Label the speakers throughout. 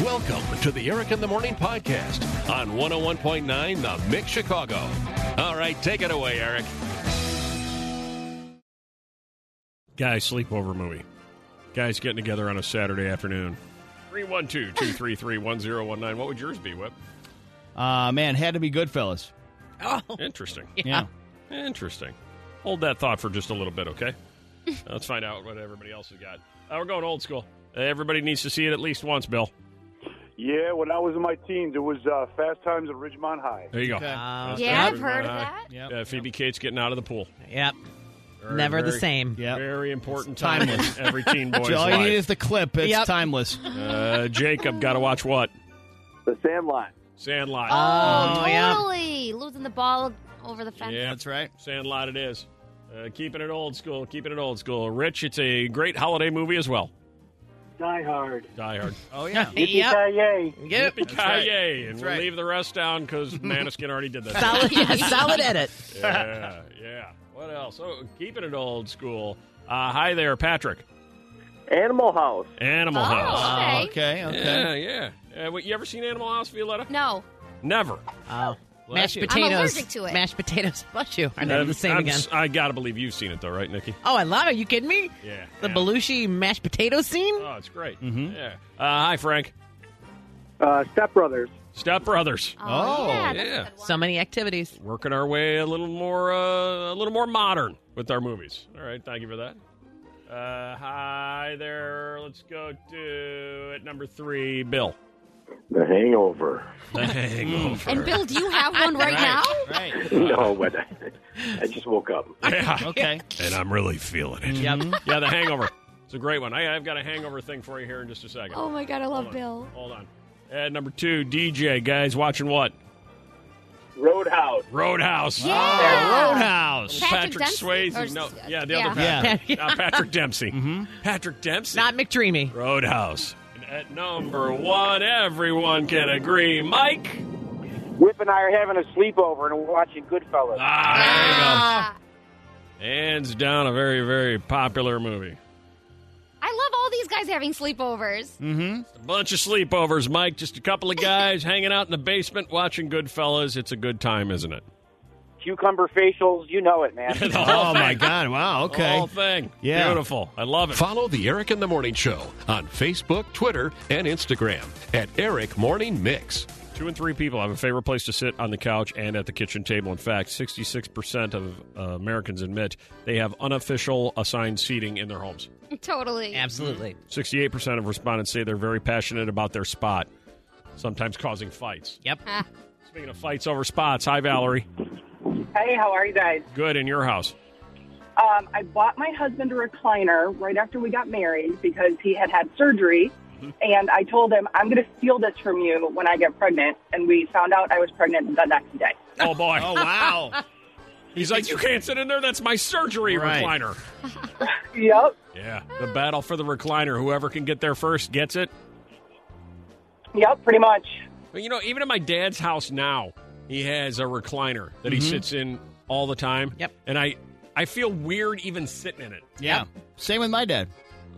Speaker 1: Welcome to the Eric in the Morning podcast on 101.9 The Mix Chicago. All right, take it away, Eric. Guy sleepover movie. Guys getting together on a Saturday afternoon. 312 233 1019. What would yours be, Whip?
Speaker 2: Uh, man, had to be Goodfellas.
Speaker 1: Interesting.
Speaker 2: Yeah.
Speaker 1: Interesting. Hold that thought for just a little bit, okay? Let's find out what everybody else has got. Uh, we're going old school. Uh, everybody needs to see it at least once, Bill.
Speaker 3: Yeah, when I was in my teens, it was uh, Fast Times at Ridgemont High.
Speaker 1: There you go.
Speaker 2: Okay.
Speaker 1: That's
Speaker 4: Oh. yeah,
Speaker 1: good.
Speaker 4: I've heard of
Speaker 1: Uh,
Speaker 4: that.
Speaker 2: Yep.
Speaker 1: Uh, Phoebe Cates getting out of the pool.
Speaker 5: Yep.
Speaker 1: Very,
Speaker 5: Never the
Speaker 1: very-
Speaker 5: same.
Speaker 2: Yep.
Speaker 1: Very important
Speaker 2: It's
Speaker 1: time in
Speaker 2: timeless.
Speaker 1: every teen boy's
Speaker 2: All you
Speaker 1: life.
Speaker 2: need is the clip. It's
Speaker 5: Yep.
Speaker 2: timeless.
Speaker 1: uh, Jacob, got to watch what?
Speaker 3: The Sandlot.
Speaker 1: Sandlot.
Speaker 4: Oh,
Speaker 5: Oh, yeah.
Speaker 4: totally. Losing the ball over the fence.
Speaker 1: Yeah.
Speaker 2: That's right.
Speaker 1: Sandlot it is. Uh, keeping it old school. Keeping it old school. Rich, it's a great holiday movie as well.
Speaker 6: Die Hard.
Speaker 1: Die Hard.
Speaker 2: Oh, yeah.
Speaker 5: Yep.
Speaker 6: Yippee-ki-yay.
Speaker 5: Yep.
Speaker 1: Yippee-ki-yay.
Speaker 2: right.
Speaker 1: And
Speaker 2: That's
Speaker 1: we'll
Speaker 2: right.
Speaker 1: leave the rest down because Maniskin already did that.
Speaker 5: Solid, yeah, solid edit.
Speaker 1: yeah, yeah. What else? Oh, keeping it old school. Uh, hi there, Patrick.
Speaker 3: Animal House.
Speaker 1: Animal
Speaker 4: Oh,
Speaker 1: House.
Speaker 4: okay.
Speaker 2: Uh, Okay. Okay.
Speaker 1: Yeah, yeah. Uh, wait, you ever seen Animal House, Violetta?
Speaker 4: No.
Speaker 1: Never.
Speaker 5: Oh. Mashed
Speaker 2: you. I'm
Speaker 5: potatoes.
Speaker 4: allergic to it.
Speaker 5: Mashed potatoes. Bless you. Are never
Speaker 1: Uh,
Speaker 5: the same
Speaker 1: I'm
Speaker 5: again.
Speaker 1: s- I gotta believe you've seen it though, right, Nikki?
Speaker 5: Oh, I love it. You kidding me?
Speaker 1: Yeah.
Speaker 5: The
Speaker 1: yeah.
Speaker 5: Belushi mashed potato scene?
Speaker 1: Oh, it's great. Yeah. Uh, hi, Frank.
Speaker 6: Uh, Step Brothers.
Speaker 1: Step Brothers.
Speaker 4: Oh,
Speaker 2: Oh,
Speaker 4: yeah. That's
Speaker 1: yeah.
Speaker 4: A good one.
Speaker 5: So many activities.
Speaker 1: Working our way a little more, uh, a little more modern with our movies. All right, thank you for that. Uh, hi there. Let's go to at number three, Bill.
Speaker 3: The Hangover.
Speaker 1: The Hangover.
Speaker 4: and Bill, do you have one right, now?
Speaker 2: Right.
Speaker 3: no, but I, I just woke up.
Speaker 1: yeah.
Speaker 2: Okay.
Speaker 1: And I'm really feeling it. Mm-hmm.
Speaker 5: Yep.
Speaker 1: Yeah, the hangover. It's a great one. I, I've got a hangover thing for you here in just a second.
Speaker 4: Oh my God, I
Speaker 1: Hold
Speaker 4: love
Speaker 1: on.
Speaker 4: Bill.
Speaker 1: Hold on. And number two, DJ. Guys, watching what?
Speaker 3: Roadhouse.
Speaker 1: Roadhouse.
Speaker 4: Yeah.
Speaker 2: Oh, Roadhouse.
Speaker 4: Patrick
Speaker 1: Patrick
Speaker 4: Dempsey?
Speaker 1: Swayze.
Speaker 4: Or-
Speaker 1: No, yeah, the
Speaker 4: yeah.
Speaker 1: other Patrick.
Speaker 5: Yeah.
Speaker 1: Uh, Patrick Dempsey. Patrick Dempsey.
Speaker 5: Not McDreamy.
Speaker 1: Roadhouse. And at number one, everyone can agree. Mike.
Speaker 6: Whip and I are having a sleepover and we're watching Goodfellas.
Speaker 5: Uh.
Speaker 1: Ah,
Speaker 4: Ah,
Speaker 1: there you go. Hands down, a very, very popular movie.
Speaker 4: I love all these guys having sleepovers.
Speaker 1: A bunch of sleepovers, Mike. Just a couple of guys hanging out in the basement watching Goodfellas. It's a good time, isn't it?
Speaker 6: Cucumber facials, you know it, man.
Speaker 1: The whole
Speaker 2: Oh, my
Speaker 1: thing.
Speaker 2: God. Wow.
Speaker 1: The
Speaker 2: Okay.
Speaker 1: whole thing.
Speaker 2: Yeah.
Speaker 1: Beautiful. I love it.
Speaker 7: Follow the Eric in the Morning Show on Facebook, Twitter, and Instagram at Eric Morning Mix.
Speaker 1: Two and three people have a favorite place to sit on the couch and at the kitchen table. In fact, 66% of uh, Americans admit they have unofficial assigned seating in their homes.
Speaker 4: totally.
Speaker 5: Absolutely.
Speaker 1: Mm-hmm. 68% of respondents say they're very passionate about their spot, sometimes causing fights.
Speaker 5: Yep.
Speaker 4: Ah,
Speaker 1: Speaking of fights over spots, hi, Valerie.
Speaker 8: Hey, how are you guys?
Speaker 1: Good in your house.
Speaker 8: Um, I bought my husband a recliner right after we got married because he had had surgery.
Speaker 1: Mm-hmm.
Speaker 8: And I told him, I'm going to steal this from you when I get pregnant. And we found out I was pregnant the next day.
Speaker 1: Oh, boy.
Speaker 2: Oh, wow.
Speaker 1: He's like, you can't sit in there. That's my surgery
Speaker 2: Right.
Speaker 1: recliner.
Speaker 8: Yep.
Speaker 1: Yeah. The battle for the recliner. Whoever can get there first gets it.
Speaker 8: Yep, pretty much.
Speaker 1: Well, you know, even at my dad's house now, he has a recliner that
Speaker 2: Mm-hmm.
Speaker 1: he sits in all the time.
Speaker 5: Yep.
Speaker 1: And I, I feel weird even sitting in it.
Speaker 2: Yeah. Same with my dad.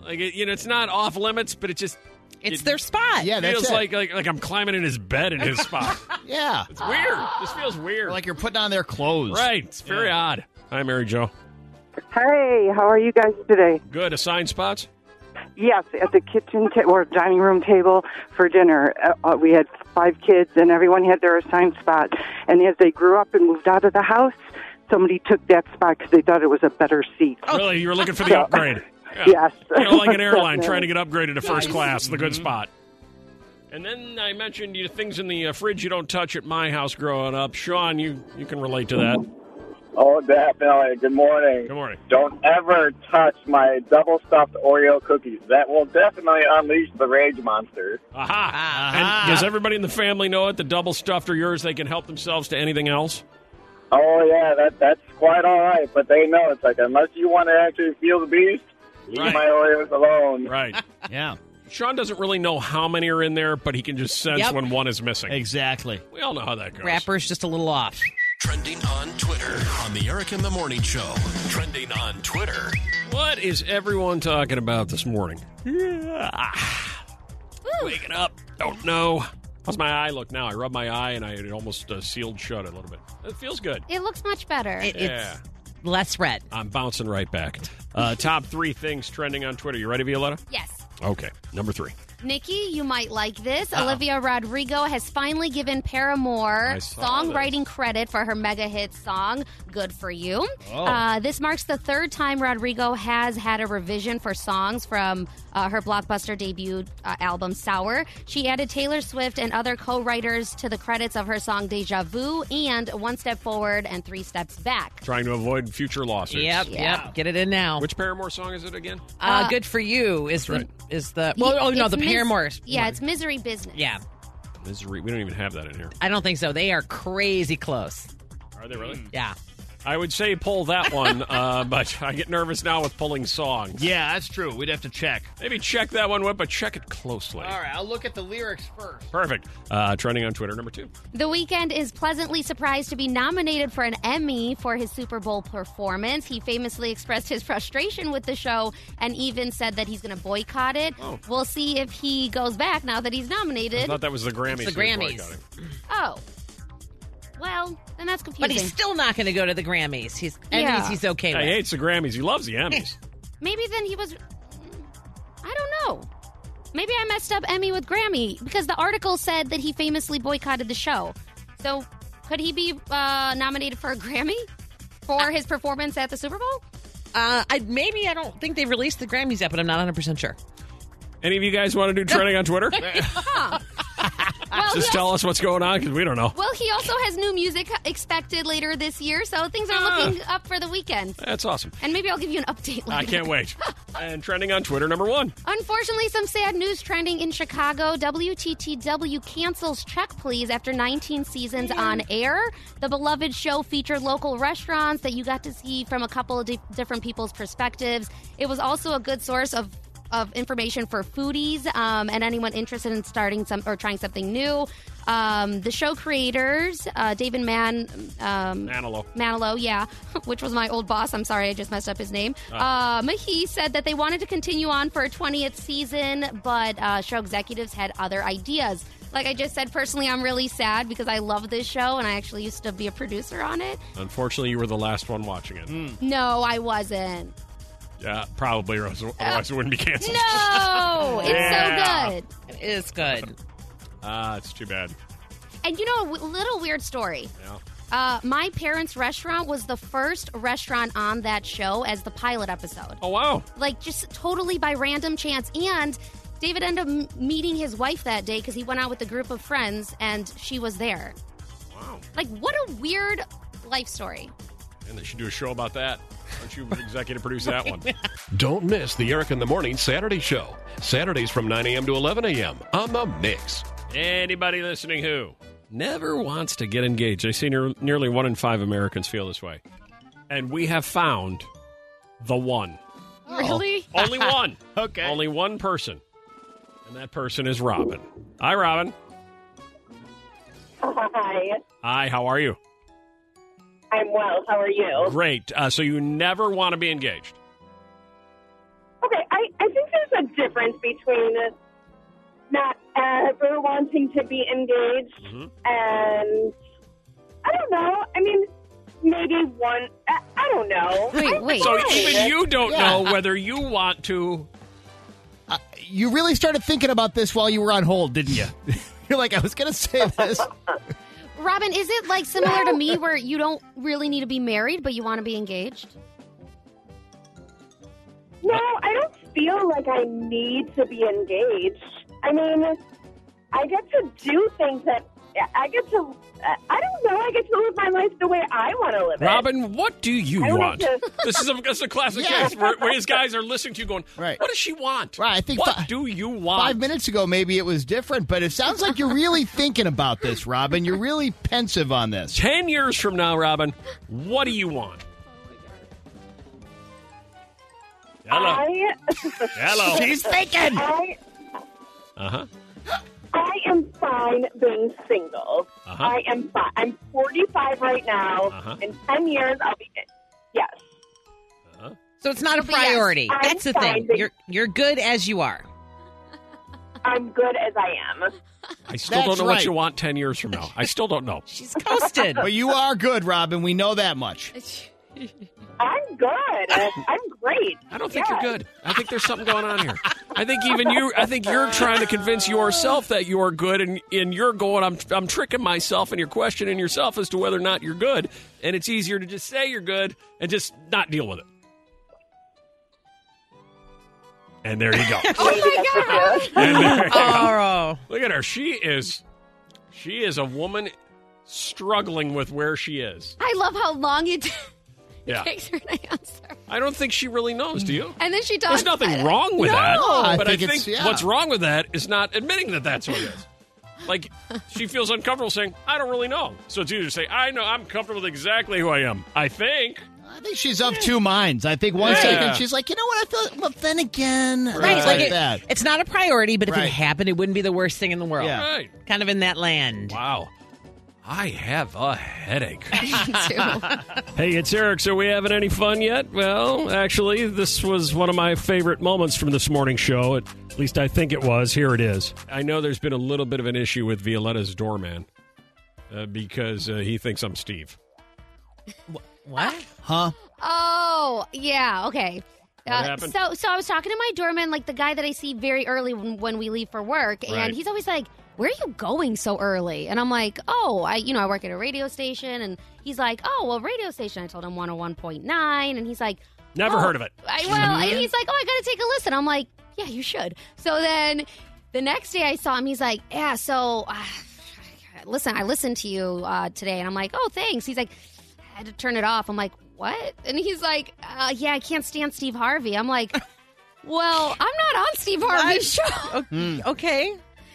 Speaker 1: Like it, you know, it's not off limits, but it just
Speaker 5: It's their spot.
Speaker 2: Yeah, that's
Speaker 1: feels
Speaker 2: it.
Speaker 1: like, like like I'm climbing in his bed in his spot.
Speaker 2: yeah.
Speaker 1: It's weird. Just feels weird.
Speaker 2: Like you're putting on their clothes.
Speaker 1: right. It's very odd. Hi, Mary Jo.
Speaker 9: Hey, how are you guys today?
Speaker 1: Good. Assigned spots.
Speaker 9: Yes, at the kitchen ta- or dining room table for dinner. Uh, uh, we had five kids, and everyone had their assigned spot. And as they grew up and moved out of the house, somebody took that spot because they thought it was a better seat.
Speaker 1: Really, you were looking for the upgrade.
Speaker 9: Yes.
Speaker 1: You know, like an airline
Speaker 9: Definitely.
Speaker 1: trying to get upgraded to first class, the good spot. And then I mentioned you things in the uh, fridge you don't touch at my house growing up. Sean, you you can relate to that.
Speaker 3: Oh, definitely. Good morning.
Speaker 1: Good morning.
Speaker 3: Don't ever touch my double stuffed Oreo cookies. That will definitely unleash the rage monster.
Speaker 1: Aha. And does everybody in the family know it? The double stuffed are yours. They can help themselves to anything else.
Speaker 3: Oh yeah, that that's quite all right. But they know it's like unless you want to actually feel the beast, leave
Speaker 1: Right.
Speaker 3: my Oreos alone.
Speaker 1: Right.
Speaker 2: Yeah.
Speaker 1: Sean doesn't really know how many are in there, but he can just sense
Speaker 5: Yep.
Speaker 1: when one is missing.
Speaker 2: Exactly.
Speaker 1: We all know how that goes.
Speaker 5: Wrapper's just a little off.
Speaker 7: Trending on Twitter on the Eric in the Morning Show. Trending on Twitter.
Speaker 1: What is everyone talking about this morning?
Speaker 4: Woo,
Speaker 1: Waking up. Don't know. How's my eye look now? I rub my eye and I it almost uh, sealed shut a little bit. It feels good.
Speaker 4: It looks much better.
Speaker 5: It,
Speaker 1: Yeah.
Speaker 5: It's less red.
Speaker 1: I'm bouncing right back. Uh, top three things trending on Twitter. You ready, Violetta?
Speaker 4: yes.
Speaker 1: Okay. Number three.
Speaker 4: Nikki, you might like this. Olivia Rodrigo has finally given Paramore
Speaker 1: I saw
Speaker 4: songwriting credit for her mega hit song, Good For You.
Speaker 2: Oh.
Speaker 4: Uh, this marks the third time Rodrigo has had a revision for songs from uh, her blockbuster debut uh, album, Sour. She added Taylor Swift and other co writers to the credits of her song Deja Vu and One Step Forward and Three Steps Back.
Speaker 1: Trying to avoid future lawsuits.
Speaker 5: Yep, yep. Get it in now.
Speaker 1: Which Paramore song is it again?
Speaker 5: uh, good for you is the
Speaker 1: right.
Speaker 5: is the well oh no
Speaker 4: It's
Speaker 5: the
Speaker 4: mis-
Speaker 5: Paramore.
Speaker 4: Yeah, it's Misery Business.
Speaker 5: yeah.
Speaker 1: Misery. We don't even have that in here.
Speaker 5: I don't think so. They are crazy close.
Speaker 1: Are they really?
Speaker 5: Yeah.
Speaker 1: I would say pull that one, uh, but I get nervous now with pulling songs.
Speaker 2: Yeah, that's true. We'd have to check.
Speaker 1: Maybe check that one, Whip, but check it closely.
Speaker 2: All right, I'll look at the lyrics first.
Speaker 1: Perfect. Uh, trending on Twitter, number two.
Speaker 4: The Weeknd is pleasantly surprised to be nominated for an Emmy for his Super Bowl performance. He famously expressed his frustration with the show and even said that he's going to boycott it.
Speaker 1: Oh.
Speaker 4: We'll see if he goes back now that he's
Speaker 1: I
Speaker 4: nominated.
Speaker 1: thought that was the Grammys.
Speaker 5: It's the
Speaker 1: he was
Speaker 5: Grammys.
Speaker 1: boycotting.
Speaker 4: oh. Well, then that's confusing.
Speaker 5: But he's still not going to go to the Grammys. He's Emmys
Speaker 4: Yeah.
Speaker 5: he's okay
Speaker 1: Yeah,
Speaker 5: with.
Speaker 1: he hates the Grammys. He loves the Emmys.
Speaker 4: Maybe then he was. I don't know. Maybe I messed up Emmy with Grammy because the article said that he famously boycotted the show. So could he be uh, nominated for a Grammy for his performance at the Super Bowl?
Speaker 5: Uh, I maybe I don't think they released the Grammys yet, but I'm not 100 percent sure.
Speaker 1: Any of you guys want to do trending on Twitter?
Speaker 4: Well, he
Speaker 1: Ah, Just
Speaker 4: also,
Speaker 1: tell us what's going on because we don't know.
Speaker 4: well, he also has new music expected later this year, so things are
Speaker 1: Ah.
Speaker 4: looking up for the weekend.
Speaker 1: That's awesome.
Speaker 4: And maybe I'll give you an update later.
Speaker 1: I can't wait. And trending on Twitter, number one.
Speaker 4: Unfortunately, some sad news trending in Chicago. WTTW cancels Check Please after 19 seasons on air. The beloved show featured local restaurants that you got to see from a couple of di- different people's perspectives. It was also a good source of of information for foodies um, and anyone interested in starting some or trying something new. Um, the show creators, uh, David Mann, um,
Speaker 1: Manilow.
Speaker 4: Manilow, yeah, which was my old boss. I'm sorry, I just messed up his name.
Speaker 1: Ah.
Speaker 4: Um, he said that they wanted to continue on for a 20th season, but uh, show executives had other ideas. Like I just said, personally, I'm really sad because I love this show and I actually used to be a producer on it.
Speaker 1: Hmm. Unfortunately, you were the last one watching it.
Speaker 4: No, I wasn't.
Speaker 1: Yeah, probably. or Otherwise, it wouldn't be canceled.
Speaker 4: No, it's
Speaker 1: Yeah.
Speaker 4: so good.
Speaker 5: It is good.
Speaker 1: Ah, it's too bad.
Speaker 4: And you know, a w- little weird story.
Speaker 1: Yeah.
Speaker 4: Uh, my parents' restaurant was the first restaurant on that show as the pilot episode.
Speaker 1: Oh, wow.
Speaker 4: like just totally by random chance. And David ended up m- meeting his wife that day because he went out with a group of friends and she was there.
Speaker 1: Wow.
Speaker 4: Like, what a weird life story.
Speaker 1: And they should do a show about that. Aren't you executive produce that one?
Speaker 7: Don't miss the Eric in the Morning Saturday Show. Saturdays from 9 a.m. to 11 a.m. on The Mix.
Speaker 1: Anybody listening who never wants to get engaged. I see near, nearly one in five Americans feel this way. And we have found the one. Oh.
Speaker 4: Really?
Speaker 1: Only one.
Speaker 2: Okay.
Speaker 1: Only one person. And that person is Robin. Hi, Robin.
Speaker 10: Hi,
Speaker 1: Hi, how are you?
Speaker 10: I'm well. How are you?
Speaker 1: Great. Uh, so you never want to be engaged.
Speaker 10: Okay, I, I think there's a difference between not ever wanting to be engaged
Speaker 1: Mhm.
Speaker 10: and I don't know. I mean, maybe one. I, I don't know.
Speaker 4: Wait, wait.
Speaker 1: So even you don't know whether you want to.
Speaker 2: Uh, you really started thinking about this while you were on hold, didn't you? You're like, I was going to say this.
Speaker 4: Robin, is it like similar to me where you don't really need to be married, but you want to be engaged?
Speaker 10: No, I don't feel like I need to be engaged. I mean, I get to do things that I get to. I don't know. I get to live my life the way I want to live it.
Speaker 1: Robin, what do you
Speaker 10: I don't
Speaker 1: want?
Speaker 10: have
Speaker 1: This is a, this is a classic
Speaker 2: Yeah.
Speaker 1: case where, where these guys are listening to you going,
Speaker 2: Right.
Speaker 1: What does she want?
Speaker 2: Right, I think
Speaker 1: What
Speaker 2: fi-
Speaker 1: do you want?
Speaker 2: Five minutes ago, maybe it was different, but it sounds like you're really thinking about this, Robin. You're really pensive on this.
Speaker 1: 10 years from now, Robin, what do you want? Hello.
Speaker 10: I,
Speaker 1: Hello.
Speaker 2: She's thinking.
Speaker 10: I
Speaker 1: Uh huh.
Speaker 10: I am fine being single.
Speaker 1: Uh-huh.
Speaker 10: I am fine. I'm 45 right now.
Speaker 1: Uh-huh.
Speaker 10: In 10 years, I'll be. Yes.
Speaker 5: So it's not a
Speaker 4: But yes,
Speaker 5: priority.
Speaker 10: I'm
Speaker 5: That's the
Speaker 10: fine,
Speaker 5: thing.
Speaker 10: but-
Speaker 5: You're you're good as you are.
Speaker 10: I I'm good as I am.
Speaker 1: I still
Speaker 2: That's
Speaker 1: don't know
Speaker 2: right.
Speaker 1: what you want 10 years from now. I still don't know.
Speaker 5: She's coasted.
Speaker 2: But you are good, Robin. We know that much.
Speaker 10: I'm good. I'm great.
Speaker 1: I don't think you're good. I think there's something going on here. I think even you. I think you're trying to convince yourself that you are good, and and you're going. I'm I'm tricking myself, and you're questioning yourself as to whether or not you're good. And it's easier to just say you're good and just not deal with it. And there you go.
Speaker 10: my God.
Speaker 1: And there you go.
Speaker 5: Oh,
Speaker 1: Look at her. She is. She is a woman struggling with where she is.
Speaker 4: I love how long it
Speaker 1: Yeah.
Speaker 4: takes her to answer.
Speaker 1: I don't think she really knows. Do you?
Speaker 4: And then she talks.
Speaker 1: There's nothing wrong with that.
Speaker 2: I
Speaker 1: but I
Speaker 2: think
Speaker 1: think
Speaker 2: it's- yeah.
Speaker 1: what's wrong with that is not admitting that that's what it is. Like, she feels uncomfortable saying, I don't really know. So it's easier to say, I know, I'm comfortable with exactly who I am. I think.
Speaker 2: I think she's of two minds. I think one
Speaker 1: Yeah.
Speaker 2: second she's like, you know what? I feel. Well, then again,
Speaker 5: Right,
Speaker 2: it's
Speaker 5: like
Speaker 2: like
Speaker 5: it-
Speaker 2: that.
Speaker 5: it's not a priority, but if
Speaker 2: Right.
Speaker 5: it happened, it wouldn't be the worst thing in the world.
Speaker 2: Yeah.
Speaker 1: Right.
Speaker 5: Kind of in that land.
Speaker 1: Wow. I have a headache.
Speaker 4: Too.
Speaker 1: hey, it's Eric. So we having any fun yet? Well, actually, this was one of my favorite moments from this morning show. At least I think it was. Here it is. I know there's been a little bit of an issue with Violetta's doorman uh, because uh, he thinks I'm Steve.
Speaker 5: What?
Speaker 2: Huh?
Speaker 4: Oh, yeah. Okay.
Speaker 1: What happened?
Speaker 4: Uh, so, so I was talking to my doorman, like the guy that I see very early when, when we leave for work,
Speaker 1: Right.
Speaker 4: and he's always like, "Where are you going so early?" And I'm like, "Oh, I, you know, I work at a radio station." And he's like, "Oh, well, radio station." I told him 101.9, and he's like,
Speaker 1: Never
Speaker 4: "Oh,
Speaker 1: heard of it. Mm-hmm.
Speaker 4: I, well, and he's like, "Oh, I got to take a listen." I'm like, "Yeah, you should." So then, the next day I saw him. He's like, "Yeah, so uh, listen, I listened to you uh, today," and I'm like, "Oh, thanks." He's like, "I had to turn it off." I'm like, "What?" And he's like, uh, "Yeah, I can't stand Steve Harvey." I'm like, "Well, I'm not on Steve Harvey's show."
Speaker 5: O- Okay.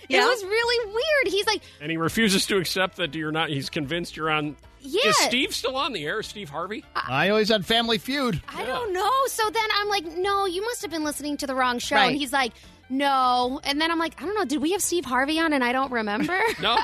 Speaker 5: Yeah.
Speaker 4: It was really weird. He's like,
Speaker 1: And he refuses to accept that you're not. He's convinced you're on.
Speaker 4: "Yeah."
Speaker 1: Is Steve still on the air? Steve Harvey?
Speaker 2: I know he's on Family Feud.
Speaker 4: I don't know. So then I'm like, no, you must have been listening to the wrong show.
Speaker 5: Right.
Speaker 4: And he's like, no. And then I'm like, I don't know. Did we have Steve Harvey on and I don't remember?
Speaker 1: No.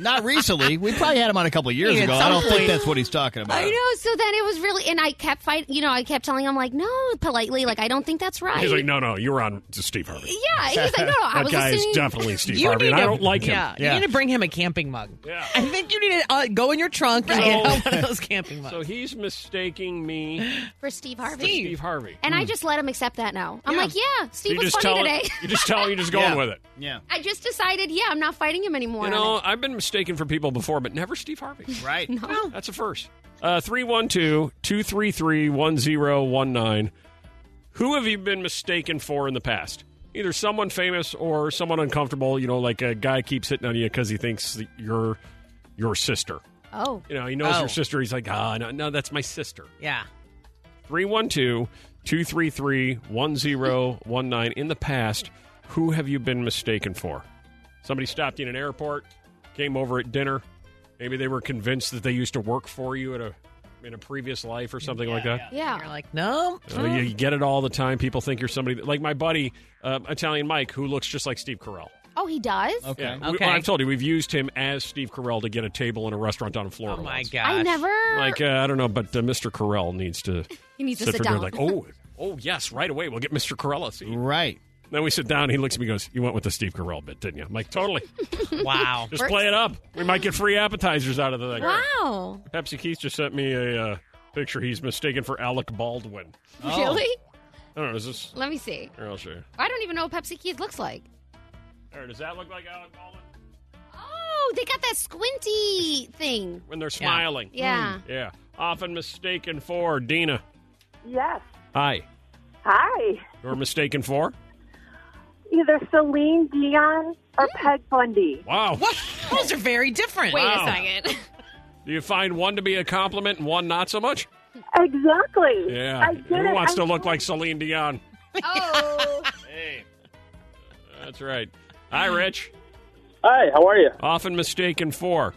Speaker 2: Not recently. We probably had him on a couple years
Speaker 5: Yeah, at
Speaker 2: ago. I
Speaker 5: some
Speaker 2: don't think
Speaker 5: point.
Speaker 2: that's what he's talking about.
Speaker 4: I know. So then it was really, and I kept fight. You know, I kept telling him like, no, politely, like I don't think that's right.
Speaker 1: he's like, no, no, you're on to Steve Harvey.
Speaker 4: Yeah, he's like, no, no, I
Speaker 1: That
Speaker 4: was
Speaker 1: guy
Speaker 4: listening.
Speaker 1: is definitely Steve
Speaker 5: You
Speaker 1: Harvey,
Speaker 5: need
Speaker 1: and I
Speaker 5: to-
Speaker 1: don't like him.
Speaker 5: Yeah,
Speaker 2: Yeah.
Speaker 5: you need to bring him a camping mug.
Speaker 1: Yeah.
Speaker 5: I think you need to uh, go in your trunk and get out one of those camping mugs.
Speaker 1: So he's mistaking me
Speaker 4: for Steve
Speaker 1: for
Speaker 4: Harvey.
Speaker 1: Steve Harvey.
Speaker 4: And I just let him accept that now. I'm
Speaker 5: Yeah.
Speaker 4: like, yeah, Steve
Speaker 1: Hmm. you
Speaker 4: was
Speaker 1: just
Speaker 4: funny
Speaker 1: tell him-
Speaker 4: today.
Speaker 1: you just tell him you're just going
Speaker 2: Yeah.
Speaker 1: with it.
Speaker 2: Yeah.
Speaker 4: I just decided, yeah, I'm not fighting him anymore.
Speaker 1: You
Speaker 4: on
Speaker 1: know,
Speaker 4: it.
Speaker 1: I've been mistaken for people before, but never Steve Harvey.
Speaker 2: Right.
Speaker 4: Oh,
Speaker 1: That's a first. Uh, 312 233 1019. Who have you been mistaken for in the past? Either someone famous or someone uncomfortable, you know, like a guy keeps hitting on you because he thinks that you're your sister.
Speaker 4: oh,
Speaker 1: You know, he knows
Speaker 5: Oh.
Speaker 1: your sister. He's like, ah, no, no, that's my sister.
Speaker 5: yeah.
Speaker 1: 312 233 1019. In the past, who have you been mistaken for? Somebody stopped you in an airport, came over at dinner. Maybe they were convinced that they used to work for you at a in a previous life or something like that.
Speaker 4: yeah.
Speaker 5: You're like, no.
Speaker 1: Uh, you, you get it all the time. People think you're somebody that, like my buddy uh, Italian Mike, who looks just like Steve Carell.
Speaker 4: oh, he does.
Speaker 2: Okay.
Speaker 1: Yeah, we-
Speaker 5: Okay.
Speaker 1: I've told you we've used him as Steve Carell to get a table in a restaurant down in
Speaker 5: Oh
Speaker 1: Florida.
Speaker 5: my
Speaker 1: once.
Speaker 5: gosh.
Speaker 4: I never.
Speaker 1: Like uh, I don't know, but uh, Mr. Carell needs to
Speaker 4: he needs to
Speaker 1: sit
Speaker 4: sit
Speaker 1: there
Speaker 4: down.
Speaker 1: like, oh, oh yes, right away. We'll get Mr. Carell a seat.
Speaker 2: Right.
Speaker 1: Then we sit down. He looks at me, and goes, "You went with the Steve Carell bit, didn't you?" I'm like, "Totally.
Speaker 5: Wow.
Speaker 1: Just play it up. We might get free appetizers out of the thing."
Speaker 4: wow,
Speaker 1: Pepsi Keith just sent me a uh, picture. He's mistaken for Alec Baldwin. Oh.
Speaker 4: really?
Speaker 1: I don't know. Is this?
Speaker 4: Let me see.
Speaker 1: Here, I'll show you.
Speaker 4: I don't even know what Pepsi Keys looks like.
Speaker 1: Here, does that look like Alec Baldwin?
Speaker 4: Oh, they got that squinty thing.
Speaker 1: When they're smiling. Hmm.
Speaker 4: Yeah.
Speaker 1: Yeah. Often mistaken for Dina.
Speaker 10: Yes.
Speaker 1: Hi.
Speaker 10: Hi.
Speaker 1: You're mistaken for?
Speaker 10: Either Celine Dion or
Speaker 1: Mm.
Speaker 10: Peg Bundy.
Speaker 1: Wow.
Speaker 5: What? Those are very different.
Speaker 4: Wait
Speaker 1: Wow.
Speaker 4: a second.
Speaker 1: Do you find one to be a compliment and one not so much?
Speaker 10: Exactly.
Speaker 1: Yeah.
Speaker 10: I did
Speaker 1: Who
Speaker 10: it.
Speaker 1: wants
Speaker 10: I
Speaker 1: to look
Speaker 10: know.
Speaker 1: like Celine Dion?
Speaker 4: oh,
Speaker 1: Hey. That's right. Hi, Rich.
Speaker 3: Hi, how are you?
Speaker 1: Often mistaken for.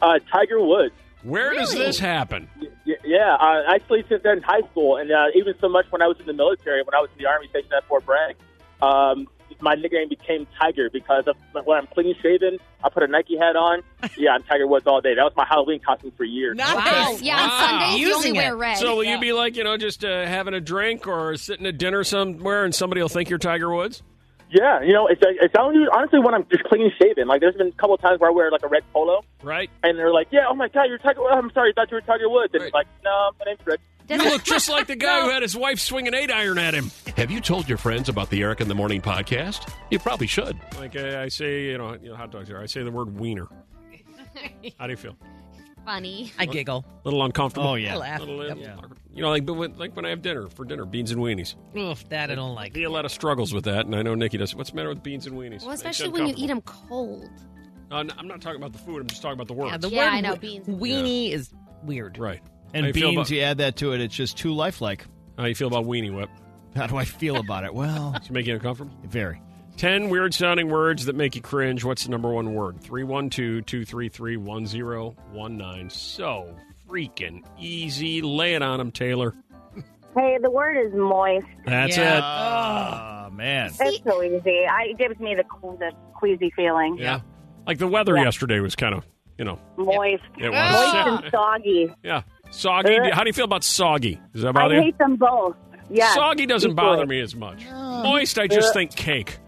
Speaker 3: Uh, Tiger Woods.
Speaker 1: Where does
Speaker 4: Really?
Speaker 1: this happen?
Speaker 3: Y- yeah, I actually since then in high school, and uh, even so much when I was in the military, when I was in the army stationed at Fort Bragg, um, my nickname became Tiger because of when I'm clean shaven, I put a Nike hat on. Yeah, I'm Tiger Woods all day. That was my Halloween costume for years.
Speaker 5: Nice.
Speaker 4: wow. Oh, Yeah, on
Speaker 1: Wow.
Speaker 4: Sundays you only
Speaker 5: Using
Speaker 4: wear
Speaker 5: it.
Speaker 4: red.
Speaker 1: So will you be like, you know, just uh, having a drink or sitting at dinner somewhere and somebody will think you're Tiger Woods?
Speaker 3: Yeah, you know, it's like it's only, honestly when I'm just clean shaven. Like, there's been a couple times where I wear like a red polo,
Speaker 1: right?
Speaker 3: And they're like, "Yeah, oh my god, you're Tiger." Woods. I'm sorry, I thought you were Tiger Woods. And it's like, no, my name's Rich.
Speaker 1: You look just like the guy who had his wife swing an eight iron at him.
Speaker 7: Have you told your friends about the Eric in the Morning podcast? You probably should.
Speaker 1: Like uh, I, I say, you know, you know, hot dogs are. I say the word wiener. How do you feel?
Speaker 4: Funny.
Speaker 5: I giggle.
Speaker 1: A little uncomfortable.
Speaker 5: Oh, yeah. I laugh.
Speaker 1: Little, little-
Speaker 5: Yep.
Speaker 1: You know, like but when, like when I have dinner for dinner, beans and weenies.
Speaker 5: Oof, that I don't like.
Speaker 1: Violetta struggles with that, and I know Nikki does. What's the matter with beans and weenies?
Speaker 4: Well, especially when you eat them cold.
Speaker 1: them. Uh, I'm not talking about the food. I'm just talking about the words.
Speaker 5: Yeah, the
Speaker 4: Yeah,
Speaker 5: word
Speaker 4: I know,
Speaker 5: we-
Speaker 4: beans.
Speaker 5: weenie is weird.
Speaker 1: right.
Speaker 2: And
Speaker 1: How you feel about-
Speaker 2: beans, you add that to it, it's just too lifelike.
Speaker 1: How you feel about weenie whip?
Speaker 2: How do I feel about it? Well,
Speaker 1: Does it make you uncomfortable?
Speaker 2: very.
Speaker 1: 10 weird sounding words that make you cringe. What's the number one word? 312 233 1019. So freaking easy. Lay it on them, Taylor.
Speaker 10: Hey, the word is moist.
Speaker 1: That's it.
Speaker 2: Ah, man.
Speaker 10: It's so easy. I, it gives me the, cool- the queasy feeling.
Speaker 1: Yeah. Like the weather yesterday was kind of, you know,
Speaker 10: Moist.
Speaker 1: it was.
Speaker 10: Moist and soggy.
Speaker 1: Yeah. Soggy. Do you- How do you feel about soggy? Does that bother
Speaker 10: Uh, I
Speaker 1: you?
Speaker 10: hate them both. Yeah.
Speaker 1: Soggy doesn't
Speaker 10: equally. Uh,
Speaker 1: bother me as much. Moist, I just think cake.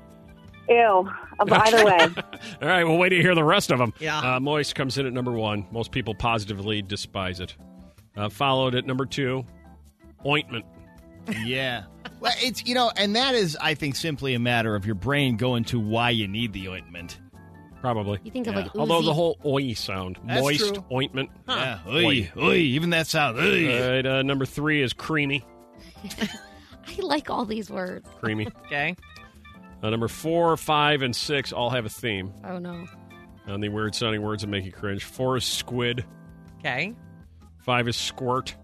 Speaker 10: Ew. But either way.
Speaker 1: All right, we'll wait to hear the rest of them.
Speaker 5: Yeah.
Speaker 1: Uh, moist comes in at number one. Most people positively despise it. Uh, followed at number two, ointment.
Speaker 2: Yeah. Well, it's you know, and that is, I think, simply a matter of your brain going to why you need the ointment.
Speaker 1: Probably.
Speaker 4: You think of
Speaker 2: Yeah.
Speaker 4: like
Speaker 1: Although the
Speaker 4: oozy-
Speaker 1: whole oi sound,
Speaker 2: That's
Speaker 1: moist
Speaker 2: true.
Speaker 1: ointment.
Speaker 2: Yeah. Oy, oy, even that sound.
Speaker 1: All
Speaker 2: Oy.
Speaker 1: right, uh, number three is creamy.
Speaker 4: I like all these words.
Speaker 1: Creamy.
Speaker 5: Okay.
Speaker 1: uh, number four, five, and six all have a theme
Speaker 4: Oh no.
Speaker 1: on the weird sounding words that make you cringe. Four is squid.
Speaker 5: Okay.
Speaker 1: Five is squirt.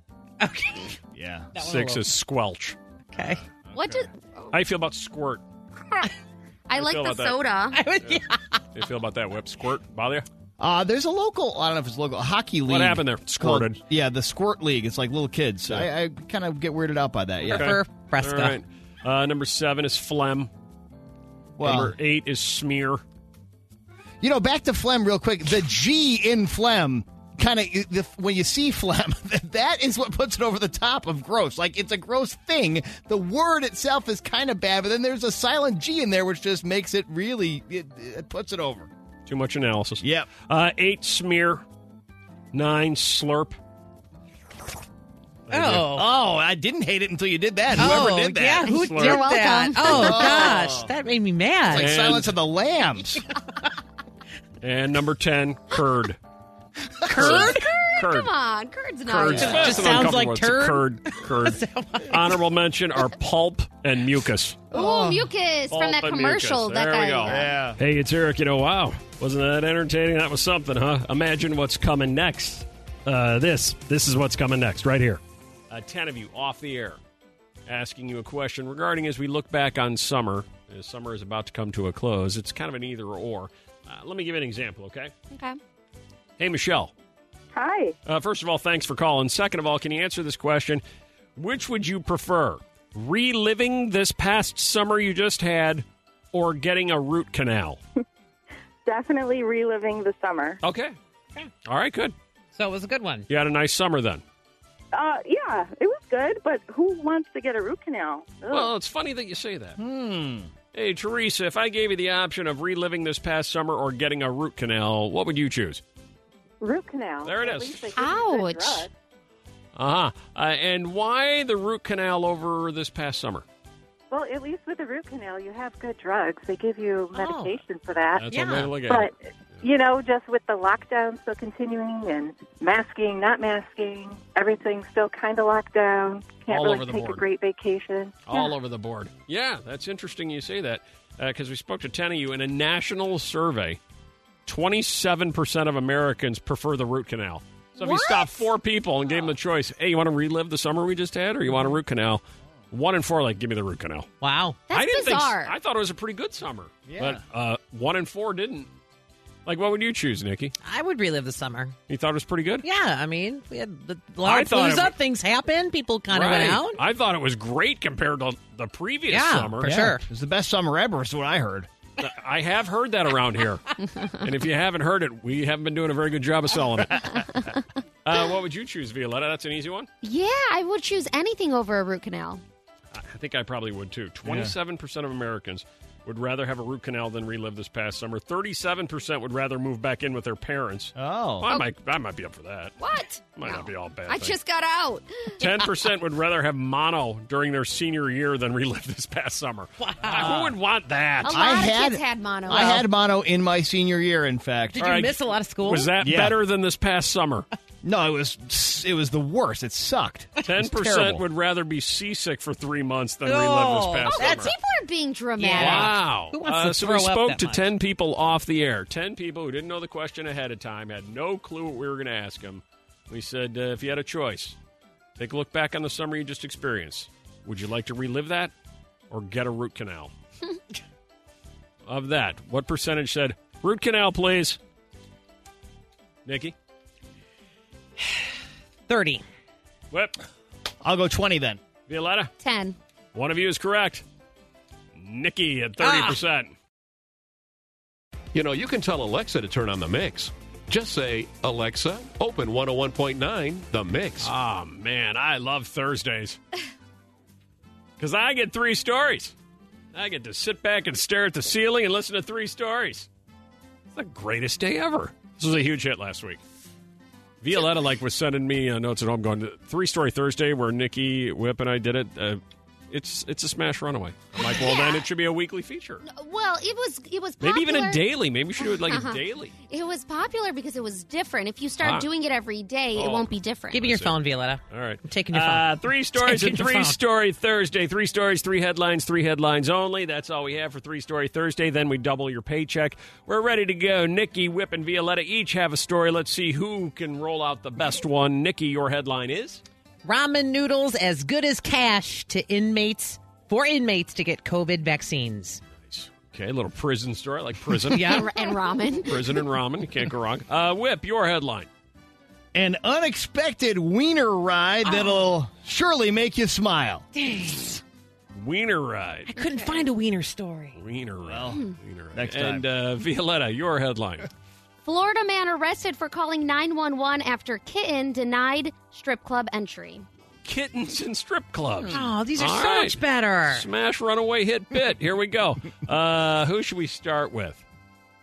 Speaker 5: Okay.
Speaker 2: yeah.
Speaker 5: That one Oh.
Speaker 1: Six
Speaker 5: alone.
Speaker 1: is squelch.
Speaker 5: Okay.
Speaker 4: What do
Speaker 1: How you feel about squirt?
Speaker 4: I
Speaker 1: I
Speaker 4: like
Speaker 1: feel
Speaker 4: the
Speaker 1: about that.
Speaker 4: soda.
Speaker 5: I would, yeah.
Speaker 1: How you feel about that whip? Squirt? Bother you?
Speaker 2: Uh, there's a local. I don't know if it's local a hockey league.
Speaker 1: What happened there?
Speaker 2: called-
Speaker 1: Squirted.
Speaker 2: yeah, the squirt league. It's like little kids. I, I kind of get weirded out by that. Yeah.
Speaker 1: Okay.
Speaker 5: Prefer Fresca.
Speaker 1: All right. Uh, number seven is phlegm.
Speaker 2: Well,
Speaker 1: number eight is smear.
Speaker 2: you know, back to phlegm real quick. The G in phlegm. Kind of the, when you see phlegm, that is what puts it over the top of gross. Like it's a gross thing. The word itself is kind of bad, but then there's a silent G in there, which just makes it really it, it puts it over.
Speaker 1: Too much analysis.
Speaker 2: Yep.
Speaker 1: Uh, eight smear. Nine slurp.
Speaker 5: Oh.
Speaker 2: Oh, I didn't hate it until you did that.
Speaker 5: Oh,
Speaker 2: Whoever did that.
Speaker 5: yeah. Who
Speaker 1: Slurp.
Speaker 5: did
Speaker 4: You're
Speaker 5: that?
Speaker 4: welcome.
Speaker 5: Oh, gosh. That made me
Speaker 2: It's
Speaker 5: mad.
Speaker 2: like
Speaker 1: And-
Speaker 2: Silence of the Lambs.
Speaker 1: And number ten, curd.
Speaker 5: Curd?
Speaker 1: Curd.
Speaker 4: Come on, curds not.
Speaker 1: Curds.
Speaker 5: Yeah.
Speaker 1: That's
Speaker 5: Just
Speaker 1: an
Speaker 5: sounds
Speaker 1: uncomfortable
Speaker 5: like
Speaker 1: word. It's a Curd. Curd. Honorable mention are pulp and mucus.
Speaker 4: Ooh, mucus
Speaker 1: Pulp
Speaker 4: from that
Speaker 1: and
Speaker 4: commercial.
Speaker 1: mucus.
Speaker 4: That
Speaker 1: there
Speaker 4: guy.
Speaker 1: we go.
Speaker 2: Yeah.
Speaker 1: Hey, it's Eric. You know, wow, wasn't that entertaining? That was something, huh? Imagine what's coming next. Uh, this, this is what's coming next, right here. Uh, Ten of you off the air, asking you a question regarding as we look back on summer. As summer is about to come to a close, it's kind of an either or. Uh, let me give you an example, okay?
Speaker 4: Okay.
Speaker 1: Hey, Michelle.
Speaker 10: Hi.
Speaker 1: Uh, first of all, thanks for calling. Second of all, can you answer this question? Which would you prefer, reliving this past summer you just had, or getting a root canal?
Speaker 10: Definitely reliving the summer.
Speaker 1: Okay. All right, good.
Speaker 5: So it was a good one.
Speaker 1: You had a nice summer then.
Speaker 10: Uh, yeah, it was good, but who wants to get a root canal? Ugh.
Speaker 1: Well, it's funny that you say that. Hmm. Hey, Teresa, if I gave you the option of reliving this past summer or getting a root canal, what would you choose?
Speaker 10: root canal.
Speaker 1: There it
Speaker 10: At
Speaker 1: is.
Speaker 10: least they give you good
Speaker 4: Ouch.
Speaker 10: drugs.
Speaker 1: Uh-huh. Uh And why the root canal over this past summer?
Speaker 10: Well, at least with the root canal, you have good drugs. They give you medication for that.
Speaker 1: Oh. That's
Speaker 5: yeah,
Speaker 1: one way to look at
Speaker 10: But
Speaker 1: it.
Speaker 10: you know, just with the lockdown still continuing and masking, not masking, everything's still kind of locked down. Can't
Speaker 1: All
Speaker 10: really
Speaker 1: over the
Speaker 10: take
Speaker 1: board.
Speaker 10: a great vacation.
Speaker 1: All
Speaker 10: Yeah.
Speaker 1: over the board. Yeah, that's interesting you say that because we spoke to 10 of you in a national survey. 27% of Americans prefer the root canal. So if you
Speaker 4: What?
Speaker 1: stopped four people and gave them the choice, hey, you want to relive the summer we just had or you want a root canal? One in four, like, give me the root canal.
Speaker 5: Wow.
Speaker 4: That's
Speaker 1: I didn't
Speaker 4: bizarre.
Speaker 1: Think, I thought it was a pretty good summer.
Speaker 2: Yeah.
Speaker 1: But uh, one in four didn't. Like, what would you choose, Nikki?
Speaker 5: I would relive the summer.
Speaker 1: You thought it was pretty good?
Speaker 5: Yeah, I mean, we had the
Speaker 1: I
Speaker 5: a lot of
Speaker 1: thought it
Speaker 5: flus up.
Speaker 1: was-
Speaker 5: Things happened. People kind of
Speaker 1: Right.
Speaker 5: went out.
Speaker 1: I thought it was great compared to the previous
Speaker 5: Yeah,
Speaker 1: summer.
Speaker 5: for sure.
Speaker 2: It's the best summer ever, is what I heard.
Speaker 1: I have heard that around here. and if you haven't heard it, we haven't been doing a very good job of selling it. uh, what would you choose, Violetta? That's an easy one.
Speaker 4: Yeah, I would choose anything over a root canal.
Speaker 1: I I think I probably would too. 27% of Americans would rather have a root canal than relive this past summer. 37% would rather move back in with their parents.
Speaker 2: Oh.
Speaker 1: I, might, I might be up for that.
Speaker 4: What?
Speaker 1: Might not be all bad.
Speaker 4: I
Speaker 1: things.
Speaker 4: just got out.
Speaker 1: 10% would rather have mono during their senior year than relive this past summer. Who would want
Speaker 4: A
Speaker 1: that?
Speaker 4: lot
Speaker 2: I
Speaker 4: of
Speaker 2: had-
Speaker 4: kids had mono.
Speaker 2: I had mono in my senior year. In fact,
Speaker 5: Did you miss a lot of school?
Speaker 1: Was that
Speaker 2: Yeah.
Speaker 1: better than this past summer?
Speaker 2: No, it was it was the worst. It sucked. It was
Speaker 1: 10%
Speaker 2: terrible.
Speaker 1: would rather be seasick for three months than
Speaker 5: No.
Speaker 1: relive this
Speaker 4: Oh,
Speaker 1: past
Speaker 4: but
Speaker 1: summer.
Speaker 4: people are being dramatic.
Speaker 1: Wow.
Speaker 5: Who wants to
Speaker 1: Uh, so
Speaker 5: throw
Speaker 1: we
Speaker 5: up
Speaker 1: spoke
Speaker 5: that
Speaker 1: to
Speaker 5: much?
Speaker 1: 10 people off the air. 10 people who didn't know the question ahead of time, had no clue what we were going to ask them. We said, uh, if you had a choice, take a look back on the summer you just experienced. Would you like to relive that or get a root canal? of that, what percentage said, root canal, please? Nikki?
Speaker 5: 30.
Speaker 1: Whip?
Speaker 2: I'll go twenty then.
Speaker 1: Violetta?
Speaker 4: Ten.
Speaker 1: One of you is correct. Nikki at 30%.
Speaker 7: You know, you can tell Alexa to turn on the mix. Just say, Alexa, open 101.9, the mix.
Speaker 1: Oh man, I love Thursdays. Cause I get three stories. I get to sit back and stare at the ceiling and listen to three stories. It's the greatest day ever. This was a huge hit last week. Violetta like was sending me uh, notes at home going three story Thursday where Nikki Whip and I did it. Uh, it's it's a smash runaway. I'm like, well then it should be a weekly feature.
Speaker 4: Well, it was it was
Speaker 1: Maybe even a
Speaker 4: popular.
Speaker 1: daily. Maybe we should do it like a daily.
Speaker 4: It was popular because it was different. If you start
Speaker 1: Ah.
Speaker 4: doing it every day,
Speaker 1: Oh.
Speaker 4: it won't be different.
Speaker 5: Give me your phone, Violetta.
Speaker 1: All right.
Speaker 5: I'm taking your
Speaker 1: Uh,
Speaker 5: phone.
Speaker 1: three stories
Speaker 5: Taking
Speaker 1: and
Speaker 5: your
Speaker 1: three
Speaker 5: phone.
Speaker 1: story Thursday. Three stories, three headlines, three headlines only. That's all we have for three story Thursday. Then we double your paycheck. We're ready to go. Nikki, Whip, and Violetta each have a story. Let's see who can roll out the best one. Nikki, your headline is
Speaker 5: Ramen noodles as good as cash to inmates for inmates to get COVID vaccines.
Speaker 1: okay. Little prison story, I like prison.
Speaker 5: Yeah.
Speaker 4: and ramen.
Speaker 1: prison and ramen. You can't go wrong. Uh, Whip, your headline.
Speaker 2: An unexpected wiener ride that'll surely make you smile.
Speaker 1: Wiener ride.
Speaker 5: I couldn't find a wiener story.
Speaker 1: Wiener ride. Wiener ride.
Speaker 2: next
Speaker 1: and uh, Violetta, your headline.
Speaker 4: Florida man arrested for calling 911 after kitten denied strip club entry.
Speaker 1: Kittens in strip clubs.
Speaker 5: Oh, these are
Speaker 1: All
Speaker 5: so
Speaker 1: right.
Speaker 5: much better.
Speaker 1: Smash runaway hit bit. Here we go. Uh, who should we start with?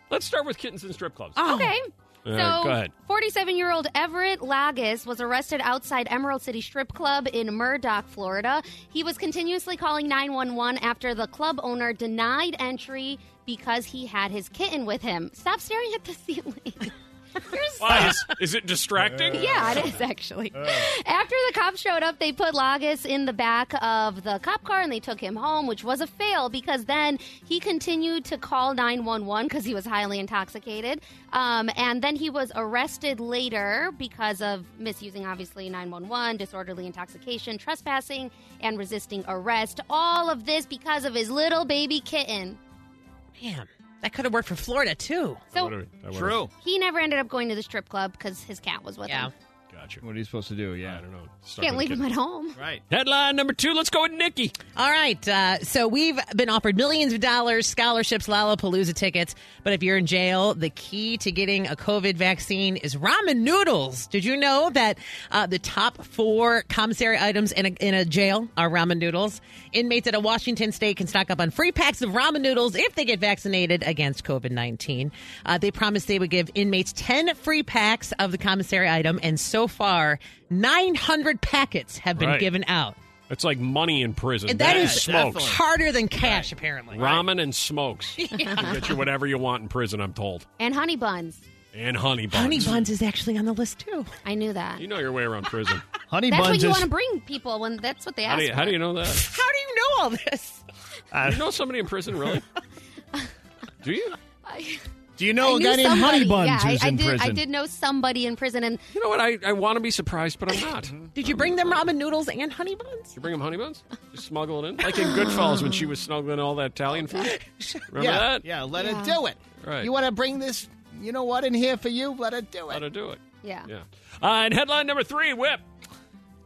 Speaker 1: Let's start with kittens and strip clubs.
Speaker 5: Oh.
Speaker 4: Okay.
Speaker 1: All right, go
Speaker 4: So,
Speaker 1: ahead.
Speaker 4: 47 year old Everett Lagus was arrested outside Emerald City Strip Club in Murdoch, Florida. He was continuously calling 911 after the club owner denied entry because he had his kitten with him. Stop staring at the ceiling. You're
Speaker 1: Why is, is it distracting?
Speaker 4: Yeah, it is actually.
Speaker 1: Uh.
Speaker 4: After the cops showed up, they put Lagus in the back of the cop car and they took him home, which was a fail because then he continued to call 911 because he was highly intoxicated. Um, and then he was arrested later because of misusing, obviously, 911, disorderly intoxication, trespassing, and resisting arrest. All of this because of his little baby kitten.
Speaker 5: Damn. That could have worked for Florida too.
Speaker 4: So
Speaker 1: What are we- I wonder-
Speaker 2: True.
Speaker 4: he never ended up going to the strip club because his cat was with
Speaker 5: Yeah.
Speaker 4: him.
Speaker 1: Gotcha.
Speaker 2: What are you supposed to do?
Speaker 1: I
Speaker 2: Yeah.
Speaker 1: don't know. Stuck
Speaker 4: Can't
Speaker 1: with
Speaker 4: leave him
Speaker 1: kitten.
Speaker 4: at home.
Speaker 2: Right.
Speaker 1: Headline number two. Let's go with Nikki.
Speaker 5: All right. Uh, so we've been offered millions of dollars, scholarships, Lollapalooza tickets. But if you're in jail, the key to getting a COVID vaccine is ramen noodles. Did you know that uh, the top four commissary items in a, in a jail are ramen noodles? Inmates at a Washington state can stock up on free packs of ramen noodles if they get vaccinated against COVID 19. Uh, they promised they would give inmates 10 free packs of the commissary item. And so far, 900 packets have been
Speaker 1: Right.
Speaker 5: given out.
Speaker 1: It's like money in prison.
Speaker 5: And that
Speaker 1: and
Speaker 5: is
Speaker 1: smokes.
Speaker 5: harder than cash, apparently.
Speaker 1: Ramen and smokes. You get you whatever you want in prison, I'm told.
Speaker 4: And honey buns.
Speaker 1: And honey buns.
Speaker 5: Honey buns is actually on the list too.
Speaker 4: I knew that.
Speaker 1: You know your way around prison.
Speaker 2: Honey
Speaker 4: That's what
Speaker 2: buns
Speaker 4: you
Speaker 2: is.
Speaker 4: want to bring people when that's what they
Speaker 1: how,
Speaker 4: ask.
Speaker 1: do you, how do you know that?
Speaker 5: How do you know all this?
Speaker 1: you know somebody in prison, really? Do you?
Speaker 2: do you
Speaker 4: I
Speaker 2: know a
Speaker 4: knew
Speaker 2: guy named Oh, Honey Buns
Speaker 4: somebody. yeah,
Speaker 2: who's
Speaker 4: I, I
Speaker 2: in
Speaker 4: did,
Speaker 2: prison?
Speaker 4: I did know somebody in prison, and
Speaker 1: You know what? I, I want to be surprised, but I'm not.
Speaker 5: Did you bring them ramen noodles and honey buns?
Speaker 1: You bring him honey buns? Just smuggle it in? Like in Goodfellas when she was smuggling all that Italian food? Remember
Speaker 2: yeah.
Speaker 1: that?
Speaker 2: Yeah. Let it
Speaker 4: Yeah.
Speaker 2: do it.
Speaker 1: Right.
Speaker 2: You want to bring this? You know what? In here for you. Let it do
Speaker 1: How to
Speaker 2: it.
Speaker 1: do it.
Speaker 4: yeah.
Speaker 1: Yeah. Uh, and headline number three, Whip.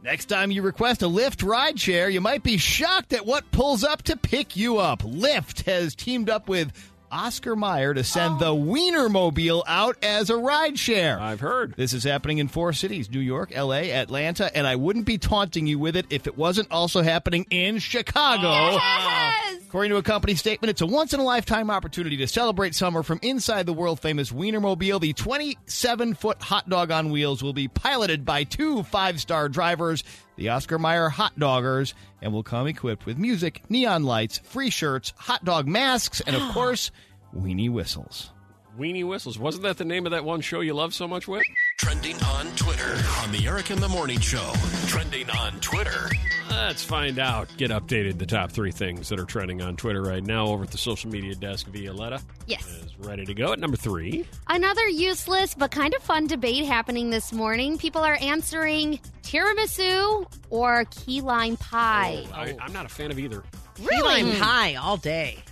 Speaker 2: Next time you request a Lyft ride share, you might be shocked at what pulls up to pick you up. Lyft has teamed up with. Oscar Mayer to send
Speaker 4: Oh.
Speaker 2: the Wiener Mobile out as a ride share.
Speaker 1: I've heard.
Speaker 2: This is happening in four cities New York, LA, Atlanta, and I wouldn't be taunting you with it if it wasn't also happening in Chicago.
Speaker 4: Yes!
Speaker 2: According to a company statement, it's a once in a lifetime opportunity to celebrate summer from inside the world famous Wienermobile. The 27 foot hot dog on wheels will be piloted by two five star drivers, the Oscar Mayer Hot Doggers, and will come equipped with music, neon lights, free shirts, hot dog masks, and of course, weenie whistles.
Speaker 1: Weenie Whistles. Wasn't that the name of that one show you love so much, Whit?
Speaker 7: Trending on Twitter on the Eric in the Morning Show. Trending on Twitter.
Speaker 1: Let's find out. Get updated the top three things that are trending on Twitter right now over at the social media desk. Violetta
Speaker 4: Yes.
Speaker 1: is ready to go at number three.
Speaker 4: Another useless but kind of fun debate happening this morning. People are answering tiramisu or key lime pie.
Speaker 1: I, I'm not a fan of either.
Speaker 5: Key
Speaker 4: Really?
Speaker 5: lime pie all day.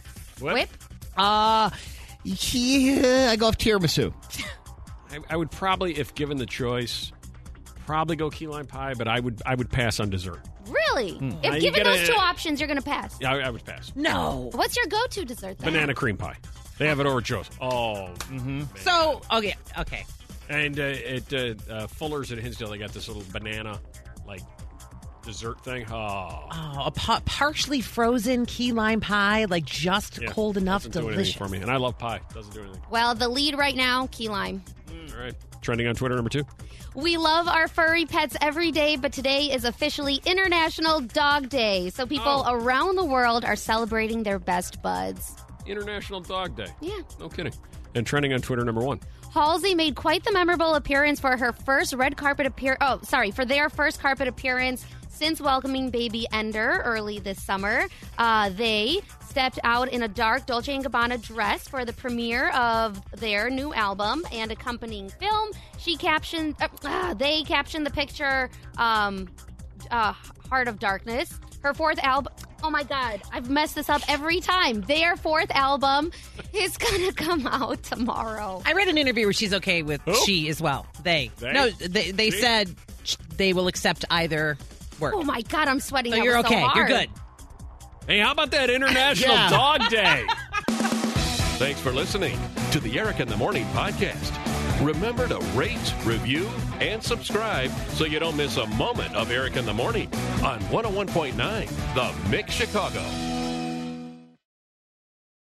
Speaker 1: Whip?
Speaker 4: Whip?
Speaker 5: Uh,
Speaker 2: Ah, Yeah, I go off tiramisu.
Speaker 1: I, I would probably, if given the choice, probably go key lime pie, but I would I would pass on dessert.
Speaker 4: Really?
Speaker 1: Now you
Speaker 4: If given
Speaker 1: gotta-
Speaker 4: those two options, you're going to pass.
Speaker 1: Yeah, I, I would pass.
Speaker 5: no.
Speaker 4: What's your go to dessert, though?
Speaker 1: Banana cream pie. They have it over at Joe's. Oh,
Speaker 5: So, okay, okay.
Speaker 1: and uh, at uh, uh, Fuller's at Hinsdale, they got this little banana like dessert thing. Oh,
Speaker 5: Oh, a pa- partially frozen key lime pie, like just
Speaker 1: yeah.
Speaker 5: cold enough,
Speaker 1: Doesn't do anything
Speaker 5: delicious.
Speaker 1: for me, and I love pie. Doesn't do anything.
Speaker 4: Well, the lead right now, key lime.
Speaker 1: All right, trending on Twitter number two.
Speaker 4: We love our furry pets every day, but today is officially International Dog Day. So people
Speaker 1: Oh.
Speaker 4: around the world are celebrating their best buds.
Speaker 1: International Dog Day.
Speaker 4: Yeah.
Speaker 1: No kidding. And trending on Twitter number one.
Speaker 4: Halsey made quite the memorable appearance for her first red carpet appear. Oh, sorry, for their first carpet appearance since welcoming baby Ender early this summer. Uh, they stepped out in a dark Dolce and Gabbana dress for the premiere of their new album and accompanying film. She captioned. Uh, ah, they captioned the picture. Um, uh, Heart of Darkness. Her fourth album. Oh my God, I've messed this up every time. Their fourth album is gonna come out tomorrow.
Speaker 5: I read an interview where she's okay with
Speaker 1: Who?
Speaker 5: she as well. They.
Speaker 1: They?
Speaker 5: No, they, they
Speaker 1: She?
Speaker 5: said sh- they will accept either word.
Speaker 4: Oh my god, I'm sweating.
Speaker 5: so
Speaker 4: That
Speaker 5: you're
Speaker 4: was
Speaker 5: okay.
Speaker 4: hard.
Speaker 5: you're good.
Speaker 1: Hey, how about that International
Speaker 2: Yeah.
Speaker 1: Dog Day?
Speaker 7: Thanks for listening to the Eric in the Morning podcast. Remember to rate, review, and subscribe so you don't miss a moment of Eric in the Morning on 101.9 The Mix Chicago.